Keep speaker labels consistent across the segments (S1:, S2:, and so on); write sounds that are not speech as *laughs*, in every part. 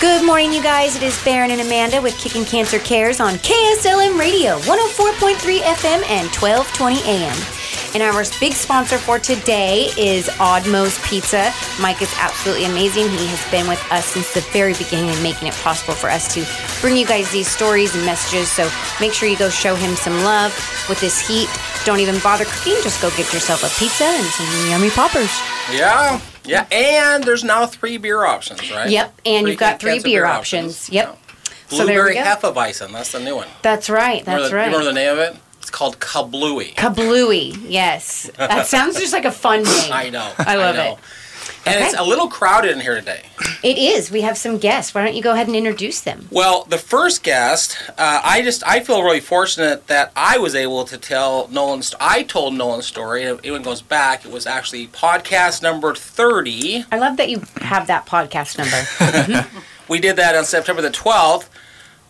S1: Good morning, you guys. It is Baron and Amanda with Kicking Cancer Cares on KSLM Radio, 104.3 FM and 1220 AM. And our big sponsor for today is Oddmo's Pizza. Mike is absolutely amazing. He has been with us since the very beginning and making it possible for us to bring you guys these stories and messages. So make sure you go show him some love with this heat. Don't even bother cooking. Just go get yourself a pizza and some yummy poppers.
S2: Yeah, yeah, and there's now three beer options, right?
S1: Yep, and
S2: Three
S1: you've got three
S2: cans of
S1: beer options. Yep.
S2: Yeah.
S1: So there
S2: Blueberry
S1: we go.
S2: Hefeweizen, that's the new one.
S1: That's right.
S2: Remember
S1: That's
S2: the-
S1: right.
S2: Remember the name of it? It's called Kablooey.
S1: Kablooey. Yes. That sounds just like a fun
S2: *laughs*
S1: name.
S2: I know.
S1: *laughs* I love
S2: know. And it's
S1: Okay.
S2: a little crowded in here today.
S1: It is. We have some guests. Why don't you go ahead and introduce them?
S2: Well, the first guest, uh, I just I feel really fortunate that I was able to tell Nolan's. I told Nolan's story. and It goes back. It was actually podcast number thirty.
S1: I love that you have that podcast
S2: *laughs*
S1: number.
S2: we did that on September the 12th.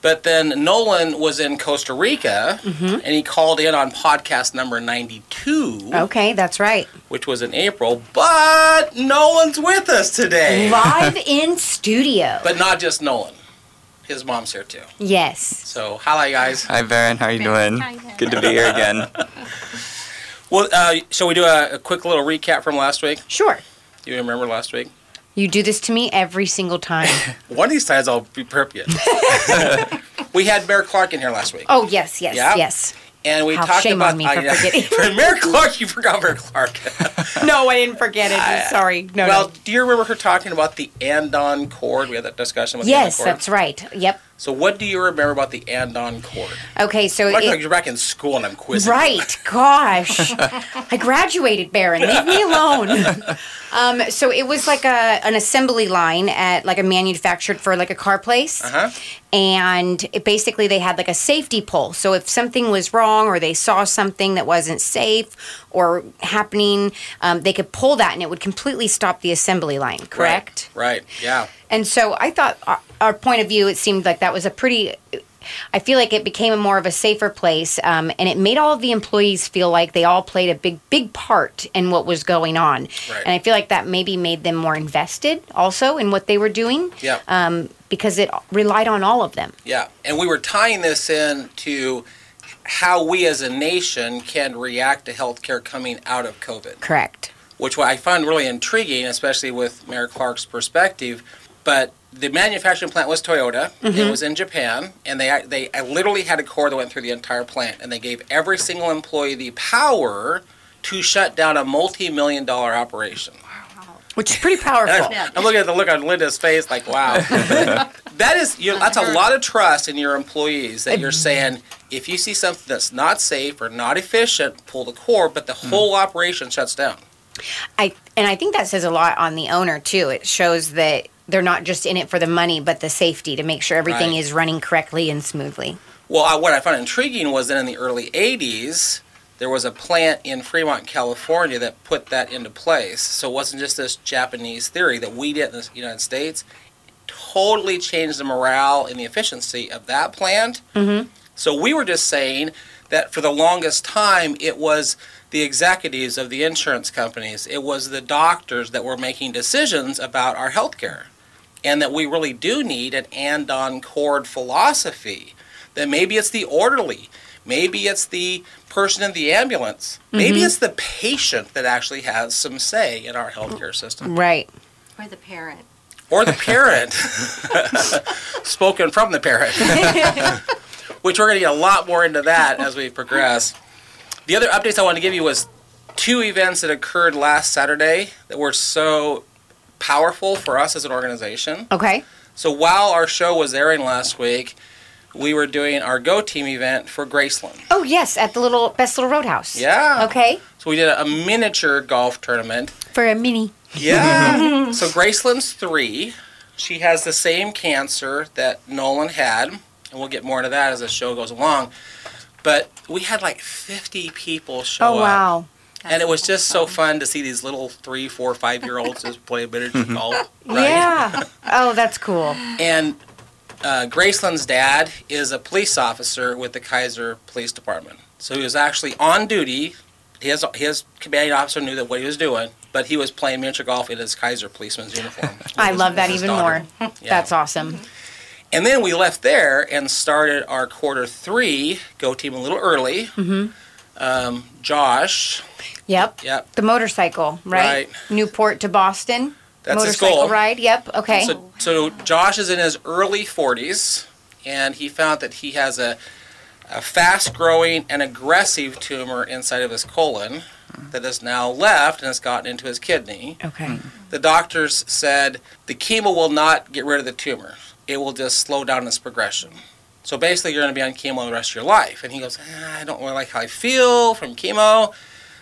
S2: But then Nolan was in Costa Rica
S1: Mm-hmm.
S2: and he called in on podcast number 92,
S1: okay, that's right.
S2: which was in April. But Nolan's with us today. *laughs*
S1: Live in studio.
S2: But not just Nolan, his mom's here too.
S1: yes.
S2: So, hi, guys.
S3: Hi, Baron. How are you doing?
S4: Hi, Baron.
S3: Good to be here
S2: *laughs*
S3: again.
S2: Well, uh, shall we do a, a quick little recap from last week?
S1: Sure.
S2: Do you remember last week?
S1: You do this to me every single
S2: *laughs*
S1: time.
S2: One of these times I'll be prepared.
S1: *laughs*
S2: we had Bear Clark in here last week.
S1: Oh, yes, yes,
S2: Yeah.
S1: yes.
S2: And we
S1: How
S2: talked
S1: shame
S2: about
S1: on me for
S2: *laughs*
S1: forgetting.
S2: Bear Clark, you forgot Bear Clark.
S1: No, I didn't forget it. Sorry. No,
S2: well, do you remember her talking about the andon chord? We had that discussion with
S1: Yes,
S2: the andon chord.
S1: that's right. Yep.
S2: So, what do you remember about the andon chord?
S1: Okay, so
S2: Like,
S1: it-
S2: like you're back in school and I'm quizzing. you.
S1: Right. Gosh.
S2: *laughs*
S1: I graduated, Baron. Leave me alone. Um, so it was like a an assembly line at like a manufactured for like a car place.
S2: Uh-huh.
S1: And it basically they had like a safety pole. So if something was wrong or they saw something that wasn't safe or happening, um, they could pull that and it would completely stop the assembly line, correct?
S2: Right. right. Yeah.
S1: And so I thought our, our point of view, it seemed like that was a pretty. I feel like it became a more of a safer place, um, and it made all of the employees feel like they all played a big, big part in what was going on.
S2: Right.
S1: And I feel like that maybe made them more invested also in what they were doing.
S2: Yeah.
S1: Um, because it relied on all of them.
S2: Yeah. And we were tying this in to how we as a nation can react to healthcare coming out of COVID.
S1: Correct.
S2: which I found really intriguing, especially with Mayor Clark's perspective. But the manufacturing plant was Toyota. It was in Japan, and they they literally had a cord that went through the entire plant, and they gave every single employee the power to shut down a multi-million dollar operation.
S1: Which is pretty powerful.
S2: And I'm looking at the look on Linda's face, like, wow, that is you know, that's a lot of trust in your employees that you're saying if you see something that's not safe or not efficient, pull the cord, but the whole operation shuts down.
S1: I and I think that says a lot on the owner too. It shows that they're not just in it for the money, but the safety to make sure everything
S2: Right.
S1: is running correctly and smoothly.
S2: Well, I, what I found intriguing was that in the early 80s, there was a plant in Fremont, California that put that into place. So it wasn't just this Japanese theory that we did in the United States. Totally changed the morale and the efficiency of that plant. Mm-hmm. So we were just saying that for the longest time, it was the executives of the insurance companies, it was the doctors that were making decisions about our health care. And that we really do need an and on chord philosophy then maybe it's the orderly maybe it's the person in the ambulance maybe it's the patient that actually has some say in our healthcare system
S1: Right.
S4: Or the parent.
S2: or the parent *laughs* spoken from the parent *laughs* which we're going to get a lot more into that as we progress the other updates i wanted to give you was two events that occurred last saturday that were so powerful for us as an organization
S1: Okay.
S2: so while our show was airing last week we were doing our go team event for graceland
S1: Oh yes, at the little best little roadhouse.
S2: Yeah.
S1: Okay.
S2: So we did a, a miniature golf tournament.
S1: For a mini.
S2: Yeah. so Graceland's three. She has the same cancer that Nolan had, and we'll get more into that as the show goes along. But we had like 50 people show
S1: Oh
S2: up.
S1: wow.
S2: And it was just so fun to see these little three, four, five year olds just play miniature golf. Right?
S1: Yeah. oh, that's cool.
S2: And uh, Graceland's dad is a police officer with the Kaiser Police Department. So he was actually on duty. His, his commanding officer knew that what he was doing. but he was playing miniature golf in his Kaiser policeman's uniform. with
S4: *laughs* I
S2: his-
S4: love that
S2: with his
S4: even
S2: daughter. Mm-hmm.
S4: more. That's awesome.
S2: And then we left there and started our quarter three go team a little early. Mm-hmm. Um, Josh,
S4: Yep.
S2: yep.
S4: The motorcycle, right?
S2: Right.
S4: Newport to Boston.
S2: That's his
S4: motorcycle
S2: goal.
S4: ride. Yep. Okay.
S2: So, so Josh is in his early 40s, and he found that he has a, a fast-growing and aggressive tumor inside of his colon that has now left and has gotten into his kidney.
S4: okay.
S2: The doctors said the chemo will not get rid of the tumor; it will just slow down its progression. So basically, you're going to be on chemo the rest of your life. And he goes, "Ah, I don't really like how I feel from chemo.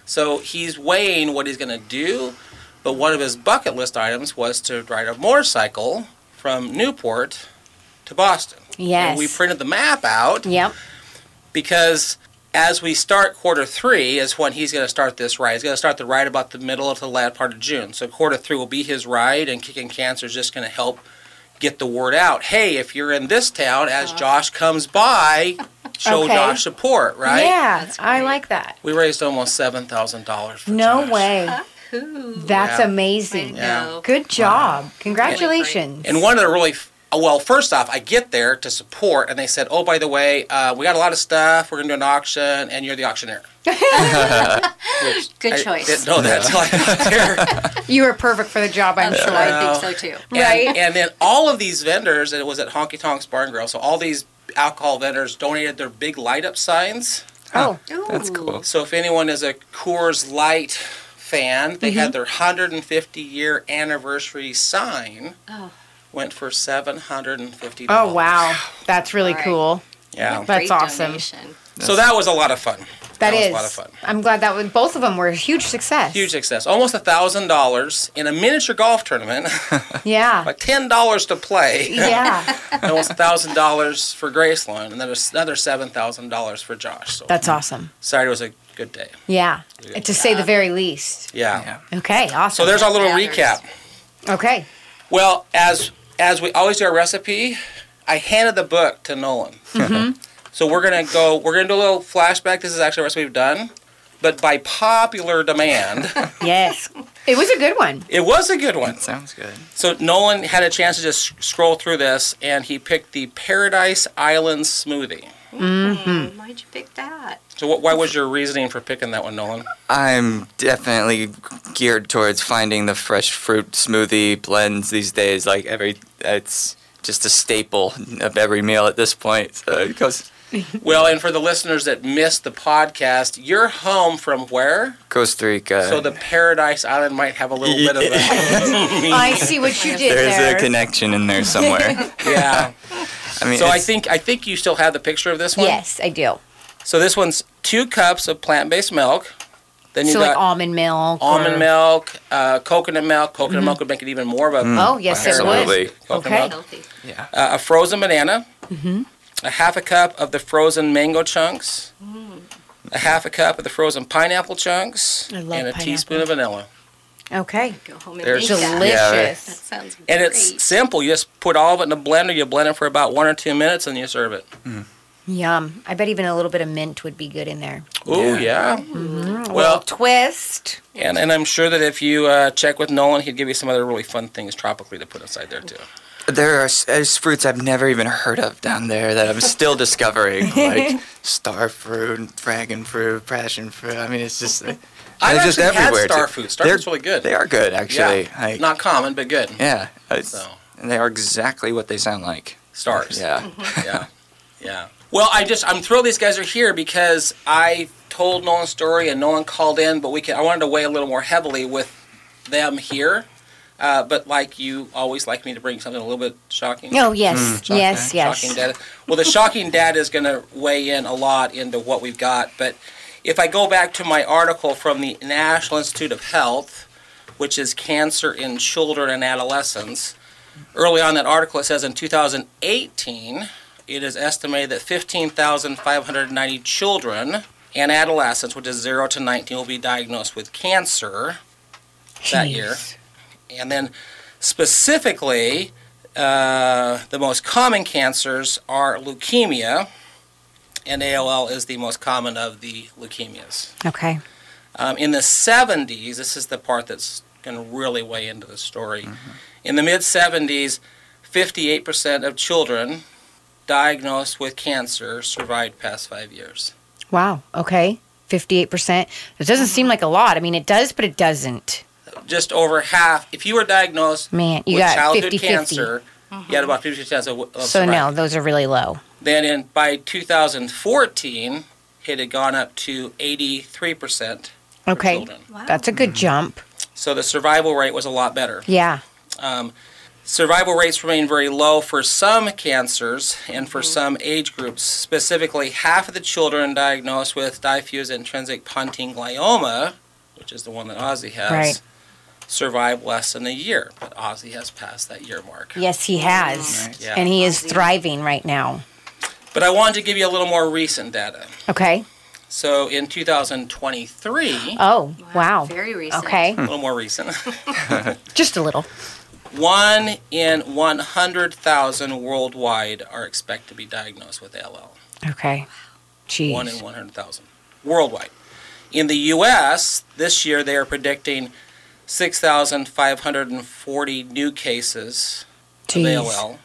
S2: So he's weighing what he's going to do. But one of his bucket list items was to ride a motorcycle from Newport to Boston.
S4: Yes.
S2: And we printed the map out
S4: Yep.
S2: because as we start quarter three is when he's going to start this ride. He's going to start the ride about the middle to the latter part of June. So quarter three will be his ride, and Kicking Cancer is just going to help get the word out. Hey, if you're in this town, as Josh comes by, show
S4: Uh-huh. Okay.
S2: Josh support. Right?
S4: Yeah. I like that.
S2: We raised almost seven thousand dollars.
S4: No way.
S5: Who?
S4: That's
S2: Yeah.
S4: amazing.
S5: I know.
S4: Good job. Congratulations.
S2: And one of the really well, first off, I get there to support, and they said, "Oh, by the way, uh, we got a lot of stuff. We're going to do an auction, and you're the
S4: *laughs*
S2: auctioneer."
S5: Good
S2: I
S5: choice.
S2: didn't know that until I got
S4: *laughs*
S2: there.
S4: you were perfect for the job, I'm
S5: I'm sure.
S4: sure.
S5: I think so too.
S4: Right.
S2: And, and then all of these vendors, and it was at Honky Tonk's Barn Grill, so all these alcohol vendors donated their big light up signs.
S4: Oh,
S3: That's
S5: Ooh.
S3: cool.
S2: So if anyone is a Coors Light fan, they
S4: Mm-hmm.
S2: had their 150 year anniversary sign.
S5: Oh.
S2: Went for seven hundred and fifty.
S4: oh wow. That's really
S5: All right.
S4: cool.
S2: Yeah.
S4: That's
S5: Great
S4: awesome.
S5: donation.
S2: So that was a lot of fun.
S4: That
S2: was
S4: is.
S2: a lot of fun.
S4: I'm glad that was, both of them were a huge success.
S2: Huge success. Almost a thousand dollars in a miniature
S4: *laughs*
S2: golf tournament.
S4: Yeah.
S2: like ten dollars to play.
S4: *laughs* yeah.
S2: almost thousand dollars for Graceland, and then another seven thousand dollars for Josh. So
S4: *laughs* That's awesome.
S2: Saturday was a good day.
S4: Yeah. To say the very least.
S2: Yeah.
S3: Yeah.
S4: Okay. Awesome.
S2: So there's our little
S5: Matters.
S2: recap.
S4: Okay.
S2: Well, as as we always do our recipe, I handed the book to Nolan.
S4: Mm-hmm.
S2: *laughs* so we're gonna go. We're gonna do a little flashback. This is actually a recipe we've done, but by
S4: *laughs*
S2: popular demand,
S4: Yes. It was a good
S2: *laughs*
S4: one.
S2: it was a good one.
S3: Sounds good.
S2: So Nolan had a chance to just s- scroll through this, and he picked the Paradise Island smoothie.
S4: Hmm.
S5: Mm, Why'd you pick that?
S2: So what, what was your reasoning for picking that one, Nolan?
S3: I'm definitely geared towards finding the fresh fruit smoothie blends these days. Like every, it's just a staple of every meal at this point. So it goes
S2: Well, and for the listeners that missed the podcast, you're home from where?
S3: Costa Rica.
S2: So the Paradise Island might have a little bit of a
S4: I see what you did
S3: there's
S4: there.
S3: a connection in
S4: *laughs*
S3: there somewhere.
S2: *laughs* yeah.
S3: I mean,
S2: So I
S3: it's-
S2: think I think you still have the picture of this one.
S4: yes, I do.
S2: So this one's two cups of plant-based milk. Then you
S4: So like
S2: got
S4: almond milk.
S2: almond
S4: or-
S2: milk, uh, coconut milk. Coconut milk would make it even more of a
S4: Oh yes, it was.
S3: Absolutely.
S2: coconut
S4: Okay.
S2: milk.
S5: Healthy.
S3: Yeah.
S2: Uh, a frozen banana.
S4: Mm-hmm.
S2: A half a cup of the frozen mango chunks. A half a cup of the frozen pineapple chunks.
S4: Mm. I love
S2: and a
S4: pineapple.
S2: teaspoon of vanilla.
S4: Okay.
S5: Go home and
S2: There's
S5: make that.
S4: Delicious.
S5: That sounds great.
S2: And it's simple. You just put all of it in a blender. You blend it for about one or two minutes, and you serve it.
S4: Yum. I bet even a little bit of mint would be good in there.
S2: Ooh, yeah.
S4: Well,
S2: Well,
S4: twist.
S2: and, and I'm sure that if you uh, check with Nolan, he'd give you some other really fun things tropically to put inside there too.
S3: There are s- there's fruits I've never even heard of down there that
S2: *laughs*
S3: I'm still discovering, like star fruit, dragon fruit, passion fruit. I mean, it's just uh,
S2: *laughs* I've
S3: they're just
S2: actually had
S3: everywhere.
S2: star
S3: too.
S2: fruit. Star
S3: They're-
S2: fruit's really good.
S3: They are good, actually.
S2: Yeah.
S3: Like,
S2: Not common, but good.
S3: yeah, it's-
S2: So.
S3: and they are exactly what they sound like.
S2: Stars. Mm-hmm.
S3: Yeah,
S2: yeah, yeah. Well, I just I'm thrilled these guys are here because I told Nolan's story and Nolan called in, but we can. I wanted to weigh a little more heavily with them here. Uh, but like you always like me to bring something a little bit shocking.
S4: Oh yes, yes,
S2: Hmm. Shocking
S4: yes.
S2: data. Well, the shocking data is going to weigh in a lot into what we've got. But if I go back to my article from the National Institute of Health, which is cancer in children and adolescents, early on that article it says in 2018, it is estimated that 15,590 children and adolescents, which is 0 to 19, will be diagnosed with cancer that year. And then specifically, uh, the most common cancers are leukemia, and ALL is the most common of the leukemias.
S4: Okay.
S2: Um, in the 70s, this is the part that's can really weigh into the story. In the mid 70s, 58% of children diagnosed with cancer survived past five years.
S4: Wow. Okay. 58%. It doesn't seem like a lot. I mean, it does, but it doesn't.
S2: Just over half, if you were diagnosed
S4: Man, you
S2: with
S4: got
S2: childhood
S4: 50 50.
S2: cancer, oh, you had about 50% chance of, of
S4: So,
S2: survival.
S4: no, those are really low.
S2: Then in by 2014, it had gone up to 83%. for
S4: Okay.
S2: children.
S5: Wow.
S4: That's a good jump.
S2: So the survival rate was a lot better.
S4: Yeah.
S2: Um, survival rates remain very low for some cancers and for
S4: Mm-hmm.
S2: some age groups. Specifically, half of the children diagnosed with diffuse intrinsic pontine glioma, which is the one that Ozzy has,
S4: Right.
S2: survive less than a year. But Ozzy has passed that year mark.
S4: Yes, he has.
S3: Nice.
S2: Yeah.
S4: And he is thriving right now.
S2: But I wanted to give you a little more recent data.
S4: Okay.
S2: So in 2023,
S4: Oh, wow.
S5: Very recent.
S4: Okay.
S2: a little more recent. *laughs*
S4: Just a little.
S2: One in 100,000 worldwide are expected to be diagnosed with ALL.
S4: Okay.
S2: One in
S4: Jeez.
S2: 100,000 worldwide. In the U.S., this year they are predicting 6,540 new cases of
S4: Jeez.
S2: ALL.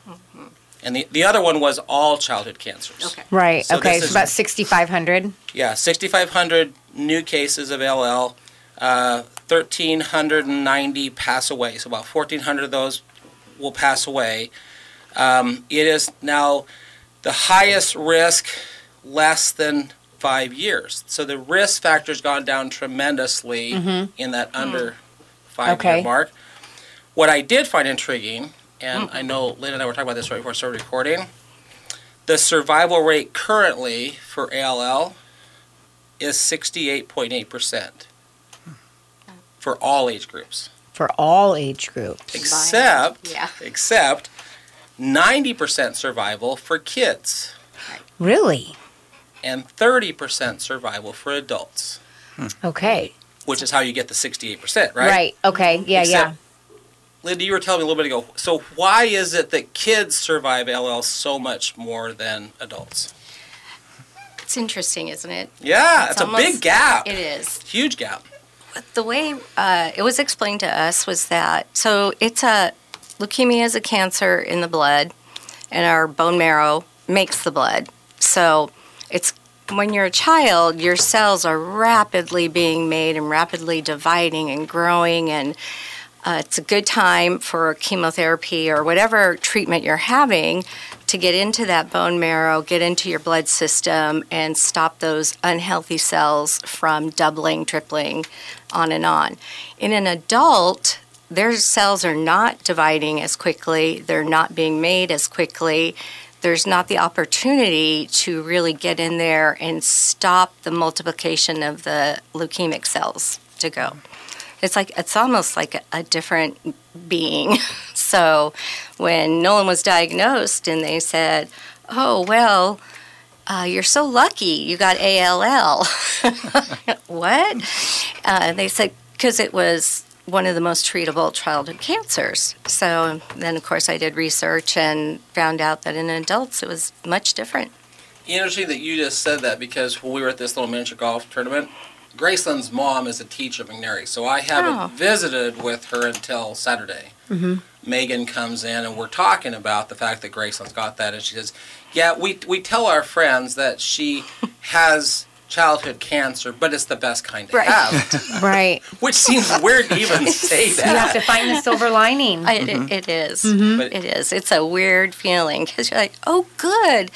S2: And the, the other one was all childhood cancers.
S5: Okay.
S4: Right.
S2: So
S4: okay.
S2: this
S4: So
S2: is-
S4: about 6,500.
S2: Yeah, 6,500 new cases of LL, uh, 1,390 pass away. So about 1,400 of those will pass away. Um, it is now the highest risk less than five years. So the risk factor's gone down tremendously in that under five
S4: Okay.
S2: year mark. What I did find intriguing, and I know Lynn and I were talking about this right before I started recording, the survival rate currently for ALL is 68.8% for all age groups.
S4: for all age groups.
S2: Except,
S5: Yeah.
S2: except 90% survival for kids
S4: Really?
S2: and 30% survival for adults,
S4: Okay.
S2: which is how you get the 68%, right?
S4: Right. Okay. Yeah.
S2: Except-
S4: yeah.
S2: Linda, you were telling me a little bit ago. So why is it that kids survive LL so much more than adults?
S5: It's interesting, isn't it?
S2: Yeah,
S5: It's
S2: it's, a big
S5: almost-
S2: gap.
S5: It is.
S2: Huge gap.
S5: The way uh, it was explained to us was that so it's a leukemia is a cancer in the blood, and our bone marrow makes the blood. So it's when you're a child, your cells are rapidly being made and rapidly dividing and growing, and uh, it's a good time for chemotherapy or whatever treatment you're having to get into that bone marrow, get into your blood system, and stop those unhealthy cells from doubling, tripling, on and on. In an adult, their cells are not dividing as quickly, they're not being made as quickly. There's not the opportunity to really get in there and stop the multiplication of the leukemic cells to go it's like it's almost like a, a different being. *laughs* so when Nolan was diagnosed and they said, "Oh well, uh, you're so lucky you got ALL," *laughs* what? Uh, they said because it was one of the most treatable childhood cancers. So then, of course, I did research and found out that in adults it was much different.
S2: Interesting that you just said that because when we were at this little miniature golf tournament, Graceland's mom is a teacher at McNary, so I haven't
S5: Oh. Mm-hmm.
S2: visited with her until Saturday. Megan comes in and we're talking about the fact that Graceland's got that, and she says, "Yeah, we we tell our friends that
S5: *laughs*
S2: she has." Childhood cancer, but it's the best kind to
S5: Right.
S2: have, *laughs*
S4: Right.
S2: which seems weird to
S5: *laughs*
S2: even say
S4: You have
S2: that.
S4: to find the silver lining.
S5: I- It, it is.
S2: Mm-hmm. But-
S5: It is. It's a weird feeling because you're like, oh, good.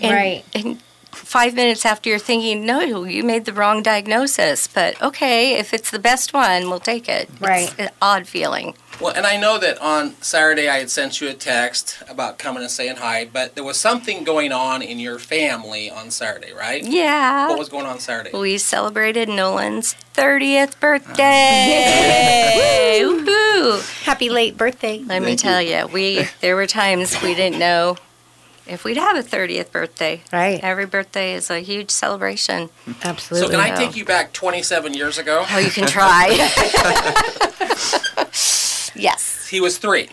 S5: And,
S4: Right.
S5: And five minutes after you're thinking, no, you made the wrong diagnosis. But okay, if it's the best one, we'll take it.
S4: Right.
S5: It's an odd feeling.
S2: Well, and I know that on Saturday I had sent you a text about coming and saying hi, but there was something going on in your family on Saturday, right?
S5: Yeah.
S2: What was going on Saturday?
S5: we celebrated Nolan's 30th
S4: Ah.
S5: birthday. Woohoo!
S4: Happy late birthday.
S5: Let
S3: Thank
S5: me
S3: you.
S5: tell you,
S2: *laughs*
S5: we there were times we didn't know if we'd have a 30th birthday.
S4: Right.
S5: Every birthday is a huge celebration.
S2: So
S4: Absolutely.
S2: can I
S5: Wow.
S2: take you back 27 years ago?
S5: Oh, you can
S2: *laughs*
S5: try. *laughs* yes.
S2: He was three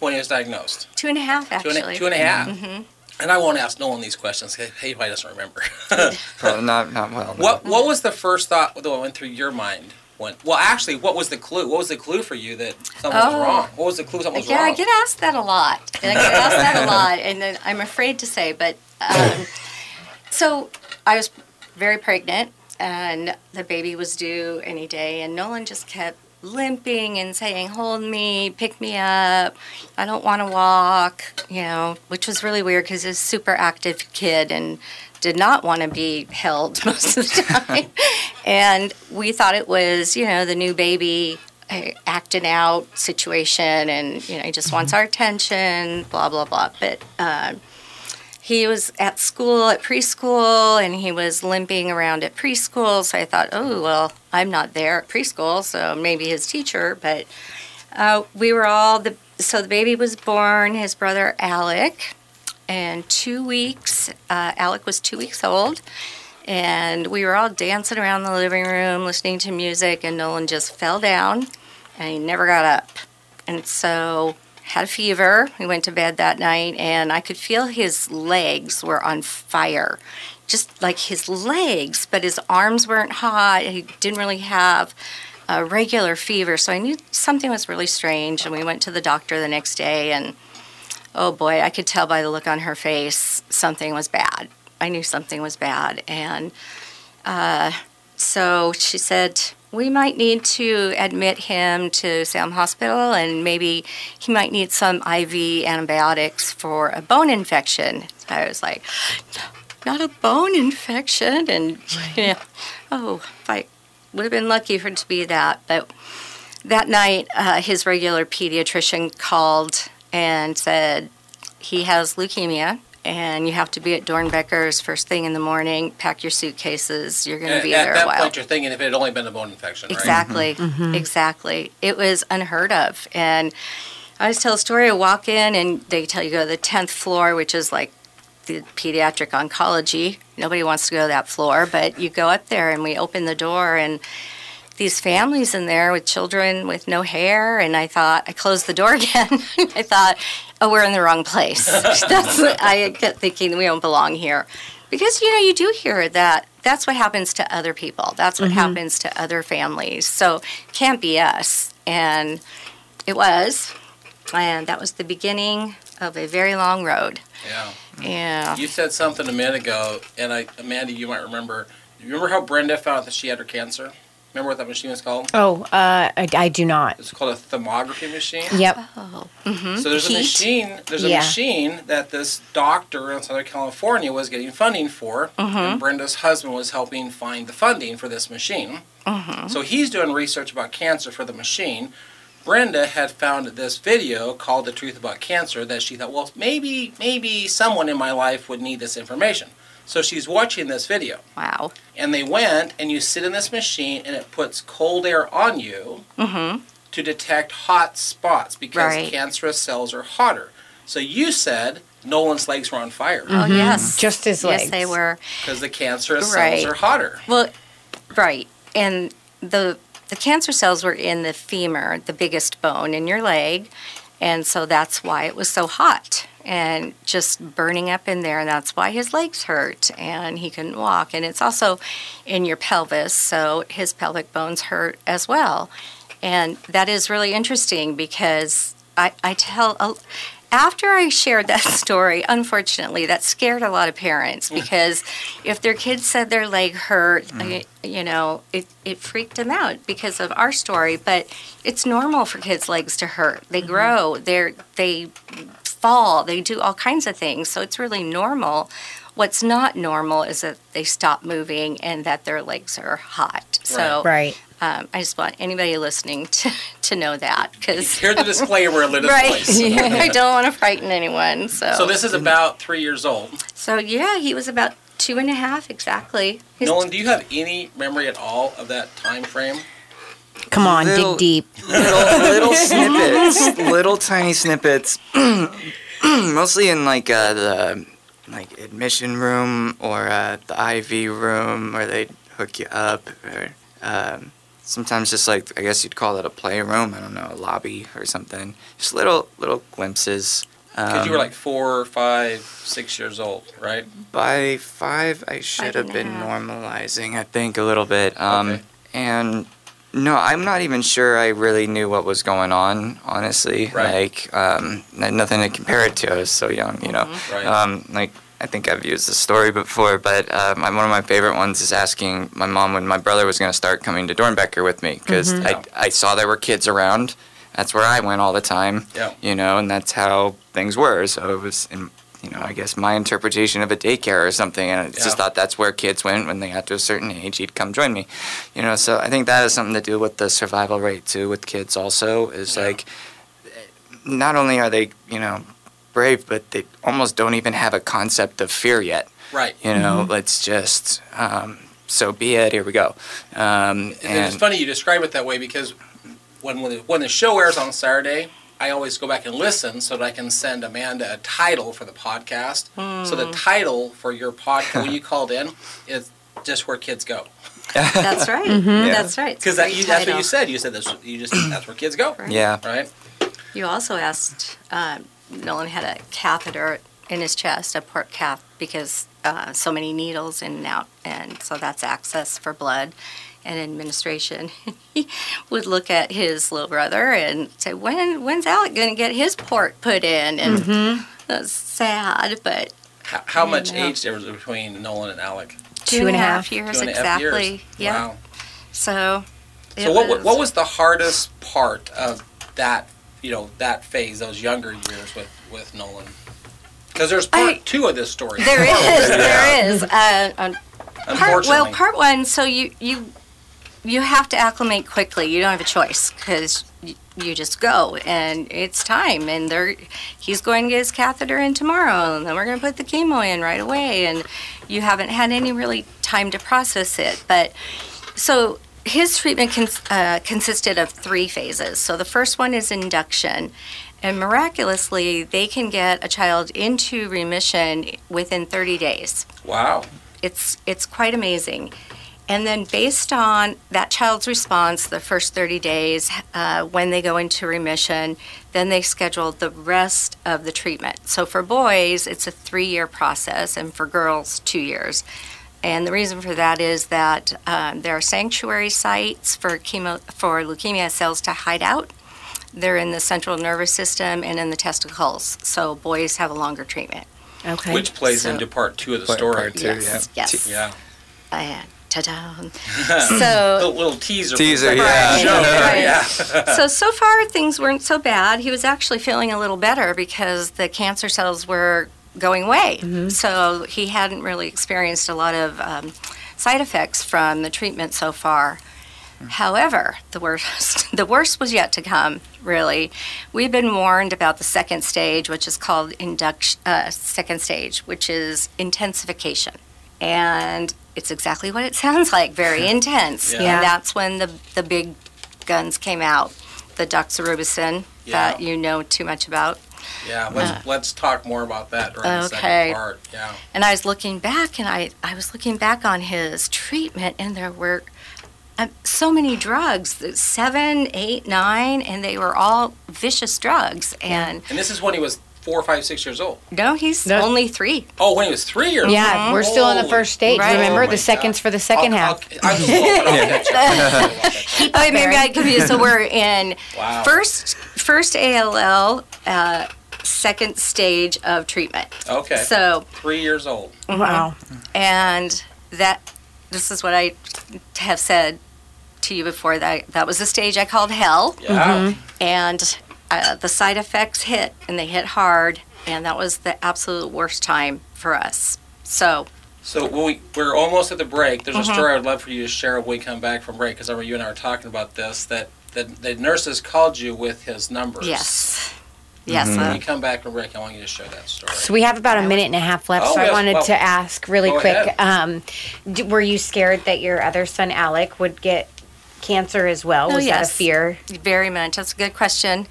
S2: when he was diagnosed.
S5: Two and a half,
S2: Two
S5: actually.
S2: and a, two and a Mm-hmm. And I won't ask Nolan these questions. He he
S5: *laughs*
S2: probably doesn't remember. *laughs*
S3: Probably not not *laughs* well. no.
S2: what What was the first thought that went through your mind when? Well, actually, what was the clue? What was the clue for you that something was
S5: Oh.
S2: wrong? What was the clue? Something was
S5: yeah,
S2: wrong.
S5: I get asked that a lot. And I get asked that a lot, and then I'm afraid to say, but um, so I was very pregnant, and the baby was due any day, and Nolan just kept limping and saying, "Hold me, pick me up. I don't want to walk," you know, which was really weird because he's a super active kid and did not want to be held *laughs* most of the time. and we thought it was, you know, the new baby uh, acting out situation and you know he just wants our attention blah blah blah but um, he was at school at preschool and he was limping around at preschool so i thought oh well i'm not there at preschool so maybe his teacher but uh, we were all the so the baby was born his brother alec and two weeks uh, alec was two weeks old and we were all dancing around the living room listening to music and nolan just fell down and he never got up and so had a fever we went to bed that night and i could feel his legs were on fire just like his legs but his arms weren't hot he didn't really have a regular fever so i knew something was really strange and we went to the doctor the next day and oh boy, I could tell by the look on her face something was bad. I knew something was bad. And uh, so she said, we might need to admit him to Sam Hospital and maybe he might need some IV antibiotics for a bone infection. So I was like, not a bone infection. And, you know, oh, if I would have been lucky for it to be that. But that night, uh, his regular pediatrician called and said he has leukemia and you have to be at Dornbecker's first thing in the morning. Pack your suitcases. You're going to
S2: At,
S5: be
S2: at
S5: there
S2: that
S5: a while.
S2: point, you're thinking if it had only been a bone infection, right?
S5: Exactly. Mm-hmm. Exactly. It was unheard of. And I always tell a story. I walk in and they tell you go to the 10th floor, which is like the pediatric oncology. Nobody wants to go to that floor, but you go up there and we open the door and these families in there with children with no hair and I thought I closed the door *laughs* again. I thought, oh, we're in the
S4: *laughs*
S5: wrong place. that's what I kept thinking we don't belong here. Because you know, you do hear that that's what happens to other people. That's
S4: Mm-hmm.
S5: what happens to other families. So it can't be us. And it was. And that was the beginning of a very long road.
S2: Yeah.
S5: Yeah.
S2: You said something a minute ago, and I, Amanda, you might remember. You remember how Brenda found out that she had her cancer? Remember what that machine was called?
S4: Oh, uh, I, I do not.
S2: It's called a thermography machine.
S4: Yep.
S5: Oh.
S2: So there's
S5: Heat.
S2: a machine. There's a
S4: Yeah.
S2: machine that this doctor in Southern California was getting funding for, and Brenda's husband was helping find the funding for this machine. So he's doing research about cancer for the machine. Brenda had found this video called "The Truth About Cancer" that she thought, well, maybe, maybe someone in my life would need this information. So she's watching this video
S5: Wow.
S2: and they went and you sit in this machine and it puts cold air on you to detect hot spots because
S5: Mm-hmm. Right.
S2: cancerous cells are hotter. So you said Nolan's legs were on fire
S5: Oh yes.
S4: Mm-hmm. Just his
S5: yes,
S4: legs.
S5: they were.
S2: because the cancerous
S5: Right.
S2: cells are hotter.
S5: Well, right, and the the cancer cells were in the femur, the biggest bone in your leg, and so that's why it was so hot and just burning up in there, and that's why his legs hurt and he couldn't walk, and it's also in your pelvis, so his pelvic bones hurt as well, and that is really interesting because I I tell. A, after I shared that *laughs* story, unfortunately, that scared a lot of parents because if their kids said their leg hurt,
S4: Mm-hmm.
S5: I- you know, it, it freaked them out because of our story. But it's normal for kids' legs to hurt.
S4: Mm-hmm.
S5: They grow, they're, they fall, they do all kinds of things. So it's really normal. What's not normal is that they stop moving and that their legs are hot. So
S4: Right.
S5: um, I just want anybody listening *laughs* to, to know that because.
S2: Here's the
S5: *laughs*
S2: disclaimer in this
S5: Right.
S2: place.
S5: I don't want to frighten anyone. So.
S2: So this is about three years old.
S5: So yeah, he was about two and a half exactly. His-
S2: Nolan, do you have any memory at all of that time frame?
S4: Come on,
S3: Little-
S4: dig deep.
S3: little, *laughs* little snippets, little tiny snippets, *clears throat* mostly in like uh, the like admission room or uh, the IV room where they hook you up, or um, sometimes just like I guess you'd call it a playroom. I don't know, a lobby or something. Just little little glimpses.
S2: Because
S3: Um,
S2: you were like four, five, six years old, right?
S3: by five, I should
S5: Five
S3: have
S5: and a
S3: been
S5: half.
S3: normalizing, I think, a little bit. Um,
S2: Okay.
S3: And No, I'm not even sure I really knew what was going on, honestly.
S2: Right.
S3: Like, um, I had nothing to compare it to. I was so young, you know.
S2: Mm-hmm. Right.
S3: Um, like, I think I've used this story before, but um, my- one of my favorite ones is asking my mom when my brother was going to start coming to Dornbecker with me because
S5: Mm-hmm.
S2: Yeah.
S3: I, I saw there were kids around. That's where I went all the time,
S2: Yeah.
S3: you know, and that's how things were. So it was, in, you know, I guess my interpretation of a daycare or something. And I
S2: Yeah.
S3: just thought that's where kids went when they got to a certain age. He'd come join me you know so i think that has something to do with the survival rate too with kids also is
S2: Yeah.
S3: like not only are they you know brave but they almost don't even have a concept of fear yet
S2: Right.
S3: you know let's just um, so be it here we go um,
S2: And
S3: and
S2: it's funny you describe it that way because when when the, when the show airs on Saturday, I always go back and listen so that I can send Amanda a title for the podcast. So
S5: Hmm.
S2: the title for your
S3: *laughs*
S2: podcast when you called in is just where kids go
S5: *laughs* That's right.
S3: Yeah.
S5: That's right. It's a
S2: because that,
S5: great
S2: you- that's what
S5: title.
S2: you said. You said that's you just that's where kids go.
S5: Right.
S3: yeah
S2: Right.
S5: You also asked um, Nolan had a catheter in his chest, a port cath, because uh, so many needles in and out, and so that's access for blood and administration. *laughs* he would look at his little brother and say, "When when's Alec going to get his port put in?" And that's sad, but
S2: How, how much
S5: Yeah.
S2: age difference between Nolan and Alec?
S5: two and a half years
S2: Two and a half
S5: exactly.
S2: years.
S5: Yeah.
S2: Wow.
S5: So. it
S2: So what wa- what was the hardest part of that you know that phase those younger years with with Nolan? Because there's part
S5: I-
S2: two of this story. *laughs*
S5: There
S2: Oh,
S5: is. There is. Uh, um, part,
S2: Unfortunately.
S5: well, part one. So you you you have to acclimate quickly. You don't have a choice because you, you just go and it's time. And they're he's going to get his catheter in tomorrow, and then we're going to put the chemo in right away. And you haven't had any really time to process it, but so. His treatment cons- uh, consisted of three phases. So the first one is induction, and miraculously, they can get a child into remission within 30 days.
S2: Wow.
S5: It's it's quite amazing. And then, based on that child's response, the first 30 days, uh, when they go into remission, then they schedule the rest of the treatment. So for boys, it's a three-year process, and for girls, two years. And the reason for that is that um, there are sanctuary sites for chemo for leukemia cells to hide out. They're in the central nervous system and in the testicles. So boys have a longer treatment.
S4: Okay.
S2: Which plays
S5: So-
S2: into part two of the
S3: Part-
S2: story.
S3: part two.
S5: yes,
S3: yeah.
S5: yes.
S2: Yeah.
S5: And ta-da. so
S2: Little, little teaser. for
S3: Teaser,
S2: the
S3: yeah.
S2: show,
S5: *laughs* Right.
S2: Yeah.
S5: *laughs* so so far things weren't so bad. He was actually feeling a little better because the cancer cells were going away. So he hadn't really experienced a lot of um, side effects from the treatment so far. However, the worst *laughs* the worst was yet to come. Really, we've been warned about the second stage, which is called induction. Uh, second stage, which is intensification, and it's exactly what it *laughs* sounds like. Very intense.
S2: Yeah.
S5: And that's when the the big guns came out, the doxorubicin that
S2: Yeah.
S5: you know too much about.
S2: Yeah. Let's let's talk more about that during the
S5: Uh. Okay.
S2: second part. Yeah.
S5: And I was looking back, and I, I was looking back on his treatment, and there were um, so many drugs th- seven, eight, nine, and they were all vicious drugs. And
S2: And this is when he was four, five, six years old.
S5: no, he's
S4: That-
S5: only three.
S2: Oh, when he was three years old.
S4: yeah, we're still in the
S2: Holy-
S4: first stage.
S5: Right.
S4: Remember
S2: Oh my
S4: the seconds
S2: God.
S4: for the 2nd
S2: I'll-
S4: half.
S2: I'll- I'm
S5: *laughs*
S2: slow, but I'll catch up. I'll catch up.
S5: Oh, wait, maybe *laughs* I confused. So we're in
S2: *laughs* Wow.
S5: first first ALL, uh, second stage of treatment.
S2: Okay.
S5: So
S2: three years old.
S4: Wow.
S5: And that, this is what I have said to you before. That that was a stage I called hell,
S2: Yeah.
S5: and uh, the side effects hit, and they hit hard, and that was the absolute worst time for us. So
S2: So we, we're almost at the break. There's a story I'd love for you to share when we come back from break, because I remember you and I were talking about this. That the, the nurses called you with his numbers.
S5: yes, yes,
S2: When
S5: uh,
S2: we come back from break, I want you to share that story.
S4: So we have about a minute and a half left,
S2: Oh,
S4: so I
S2: yes,
S4: wanted
S2: well,
S4: to ask really
S2: go
S4: quick.
S2: ahead.
S4: Um, d- were you scared that your other son Alec would get cancer as well?
S5: Oh,
S4: Was that
S5: yes.
S4: a fear?
S5: very much. That's a good question.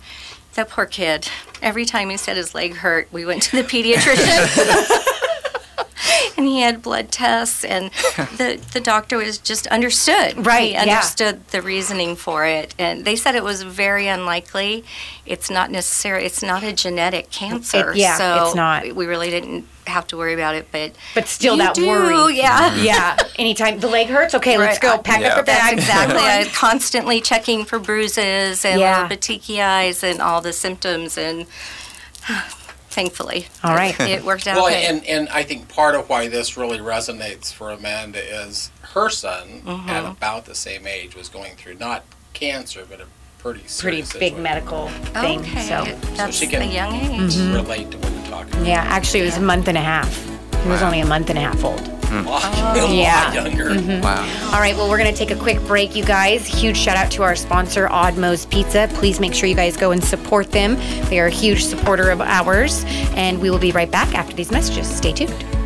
S5: That poor kid. Every time he said his leg hurt, we went to the pediatrician. *laughs* and he had blood tests, and the the doctor was just understood.
S1: Right,
S5: he
S1: yeah.
S5: understood the reasoning for it, and they said it was very unlikely. It's not necessary. It's not a genetic cancer.
S1: yeah,
S5: so
S1: it's not.
S5: We really didn't have to worry about it, but
S1: But still
S5: you
S1: that
S5: do,
S1: worry.
S5: Yeah.
S1: Yeah. Anytime the leg hurts, okay, let's
S5: Right.
S1: go. Pack
S3: Yeah.
S1: up your
S5: That's
S1: bag.
S5: exactly. I was constantly checking for bruises and
S1: Yeah.
S5: little petechiae and all the symptoms, and *sighs* thankfully,
S1: All right.
S5: it, it worked out.
S2: Well,
S5: okay.
S2: and, and I think part of why this really resonates for Amanda is her son, at about the same age, was going through not cancer, but a pretty
S1: Pretty
S2: serious
S1: big
S2: situation.
S1: medical thing.
S5: okay,
S1: So
S5: that's
S2: she can-
S5: a young age.
S2: Relate to what you're talking about.
S1: yeah, actually it was a month and a half. He was
S3: Wow.
S1: only a month and a half old.
S2: *laughs* A lot, a lot
S1: Yeah.
S2: younger.
S3: Wow.
S1: All right, well, we're going to take a quick break, you guys. Huge shout out to our sponsor, Oddmo's Pizza. Please make sure you guys go and support them. They are a huge supporter of ours. And we will be right back after these messages. Stay tuned.